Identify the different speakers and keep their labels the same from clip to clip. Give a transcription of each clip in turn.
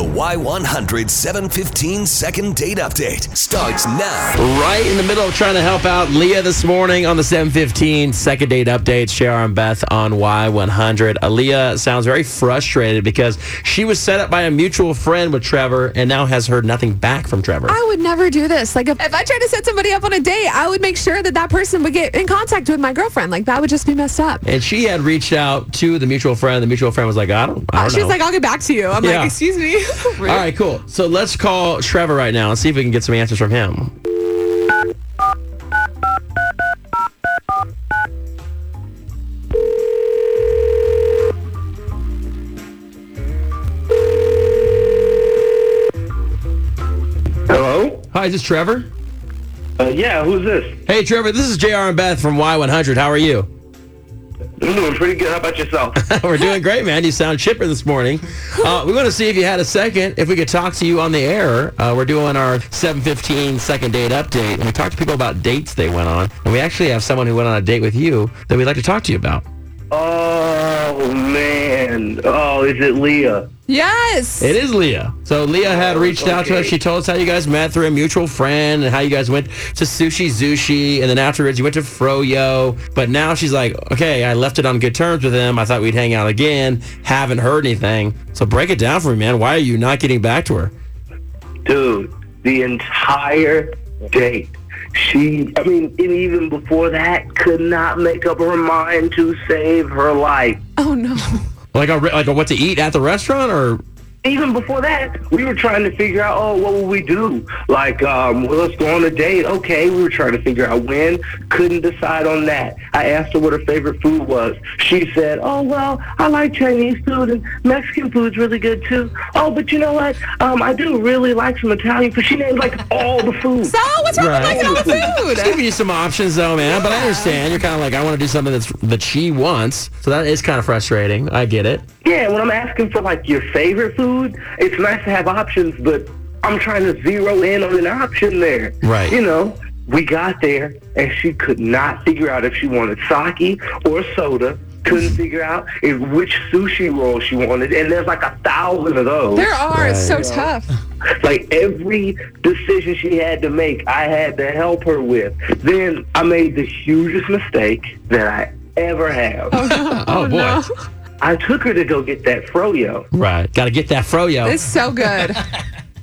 Speaker 1: Y100 715 second date update starts now.
Speaker 2: Right in the middle of trying to help out Leah this morning on the 715 second date update. Shara and Beth on Y100. Leah sounds very frustrated because she was set up by a mutual friend with Trevor and now has heard nothing back from Trevor.
Speaker 3: I would never do this. Like, if, if I tried to set somebody up on a date, I would make sure that that person would get in contact with my girlfriend. Like, that would just be messed up.
Speaker 2: And she had reached out to the mutual friend. The mutual friend was like, I don't, I
Speaker 3: Uh,
Speaker 2: don't
Speaker 3: she was
Speaker 2: know.
Speaker 3: like, I'll get back to you. I'm
Speaker 2: Yeah.
Speaker 3: like, excuse me. Rude.
Speaker 2: All right, cool. So let's call Trevor right now and see if we can get some answers from him.
Speaker 4: Hello?
Speaker 2: Hi, is this Trevor?
Speaker 4: Uh, yeah, who's this?
Speaker 2: Hey, Trevor, this is JR and Beth from Y100. How are you?
Speaker 4: I'm doing pretty good. How about yourself?
Speaker 2: We're doing great, man. You sound chipper this morning. Uh, we want to see if you had a second, if we could talk to you on the air. Uh, we're doing our 715 second date update, and we talk to people about dates they went on. And we actually have someone who went on a date with you that we'd like to talk to you about.
Speaker 4: oh, man. Oh, is it Leah?
Speaker 3: Yes.
Speaker 2: It is Leah. So Leah had reached out to us.
Speaker 4: Okay.
Speaker 2: She told us how you guys met through a mutual friend and how you guys went to Sushi Zushi, and then afterwards you went to Froyo. But now she's like, okay, I left it on good terms with him. I thought we'd hang out again. Haven't heard anything. So break it down for me, man. Why are you not getting back to her?
Speaker 4: Dude, the entire date. She, I mean, and even before that, could not make up her mind to save her life.
Speaker 3: Oh, no.
Speaker 2: Like a, like a what to eat at the restaurant or
Speaker 4: even before that, we were trying to figure out, oh, what will we do? Like, um, well, let's go on a date. Okay, we were trying to figure out when. Couldn't decide on that. I asked her what her favorite food was. She said, oh, well, I like Chinese food and Mexican food's really good too. Oh, but you know what? Um, I do really like some Italian food. She named like all the food.
Speaker 3: So, what's wrong
Speaker 2: Right.
Speaker 3: with liking all the
Speaker 2: Just
Speaker 3: food?
Speaker 2: giving you some options though, man. But I understand you're kind of like I want to do something that's that she wants. So that is kind of frustrating. I get it.
Speaker 4: Yeah, when I'm asking for like your favorite food, it's nice to have options, but I'm trying to zero in on an option there.
Speaker 2: Right.
Speaker 4: You know, we got there and she could not figure out if she wanted sake or soda. Couldn't figure out if which sushi roll she wanted, and there's like a thousand of those.
Speaker 3: There are. It's so
Speaker 2: Right. Oh,
Speaker 3: tough.
Speaker 4: Like every decision she had to make, I had to help her with. Then I made the hugest mistake that I ever have.
Speaker 2: Oh, boy.
Speaker 3: no.
Speaker 4: I took her to go get that froyo.
Speaker 2: Right. Got to get that froyo.
Speaker 3: It's so good.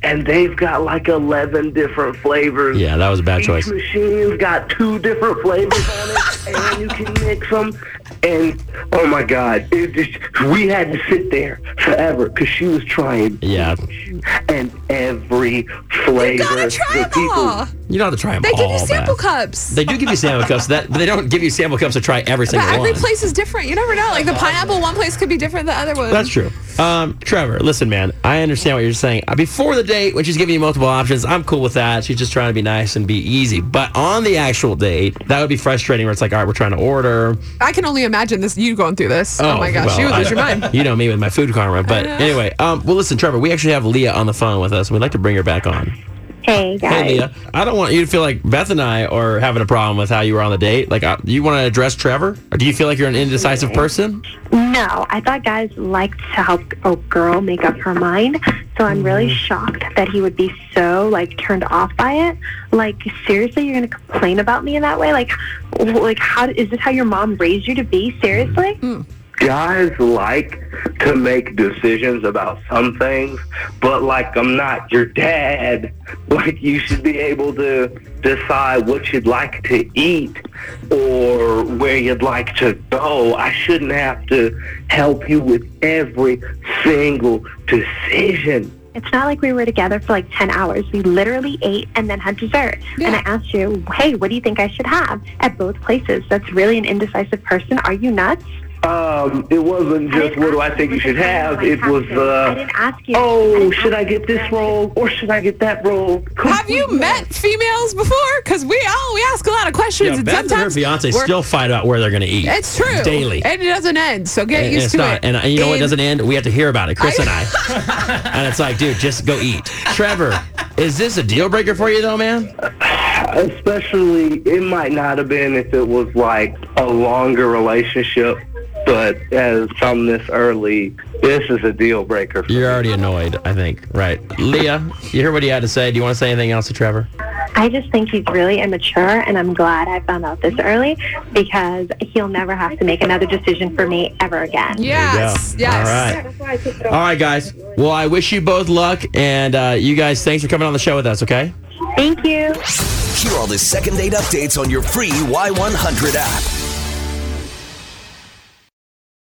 Speaker 4: and they've got like 11 different flavors.
Speaker 2: yeah, that was a bad
Speaker 4: Each
Speaker 2: choice.
Speaker 4: machine's got two different flavors on it, and you can mix them. And oh my God, it just, we had to sit there forever because she was trying
Speaker 2: Yeah.
Speaker 4: each and every flavor.
Speaker 3: you gotta try
Speaker 4: that
Speaker 3: them all.
Speaker 2: You don't have to try them
Speaker 3: They give
Speaker 2: all.
Speaker 3: you sample
Speaker 2: Beth.
Speaker 3: cups.
Speaker 2: Oh, They do give you sample cups. That but they don't give you sample cups to try every single
Speaker 3: but every
Speaker 2: one.
Speaker 3: place is different. You never know. Like the pineapple one place could be different than the other one.
Speaker 2: That's true. Um, Trevor, listen, man. I understand what you're saying. Uh, Before the date, when she's giving you multiple options, I'm cool with that. She's just trying to be nice and be easy. But on the actual date, that would be frustrating. Where it's like, all right, we're trying to order.
Speaker 3: I can only imagine this. You going through this. Oh, my gosh,
Speaker 2: well,
Speaker 3: you would
Speaker 2: I-
Speaker 3: lose your mind.
Speaker 2: You know me with my food karma. But anyway, um, well, listen, Trevor. We actually have Leah on the phone with us, and we'd like to bring her back on.
Speaker 5: Hey guys.
Speaker 2: Hey, Leah. I don't want you to feel like Beth and I are having a problem with how you were on the date. Like, uh, you want to address Trevor? Or do you feel like you're an indecisive person?
Speaker 5: No, I thought guys liked to help a girl make up her mind. So I'm really shocked that he would be so like turned off by it. Like seriously, you're gonna complain about me in that way? Like, w- like how is this how your mom raised you to be? Seriously?
Speaker 4: Guys like to make decisions about some things, but like I'm not your dad. Like you should be able to decide what you'd like to eat or where you'd like to go. I shouldn't have to help you with every single decision.
Speaker 5: It's not like we were together for like ten hours. We literally ate and then had dessert. And I asked you, hey, what do you think I should have at both places? That's really an indecisive person. Are you nuts?
Speaker 4: Um, it wasn't just what do I think you should have. It was
Speaker 5: I
Speaker 4: uh,
Speaker 5: didn't ask you. I
Speaker 4: oh,
Speaker 5: didn't
Speaker 4: should
Speaker 5: ask
Speaker 4: I get
Speaker 5: you.
Speaker 4: this roll or should I get that roll?
Speaker 3: Have you met females before? Because we all we ask a lot of questions, and
Speaker 2: Beth and her
Speaker 3: sometimes
Speaker 2: fiance
Speaker 3: we're-
Speaker 2: still fight about where they're going to eat.
Speaker 3: It's true.
Speaker 2: Daily.
Speaker 3: and it doesn't end. So get
Speaker 2: and, and
Speaker 3: used
Speaker 2: it's
Speaker 3: to
Speaker 2: not.
Speaker 3: it.
Speaker 2: And uh, you know what
Speaker 3: In-
Speaker 2: doesn't end? We have to hear about it, Chris and I. and it's like, dude, just go eat. Trevor, is this a deal breaker for you, though, man?
Speaker 4: Especially, it might not have been if it was like a longer relationship, but as from this early, This is a deal breaker. For
Speaker 2: You're
Speaker 4: me.
Speaker 2: already annoyed, I think. Right. Leah, you hear what he had to say. Do you want to say anything else to Trevor?
Speaker 5: I just think he's really immature, and I'm glad I found out this early because he'll never have to make another decision for me ever again.
Speaker 3: Yes.
Speaker 2: There you go.
Speaker 3: Yes.
Speaker 2: All right. All right, guys. Well, I wish you both luck. And uh, you guys, thanks for coming on the show with us, okay?
Speaker 5: Thank you.
Speaker 1: Hear all the second date updates on your free Y100 app.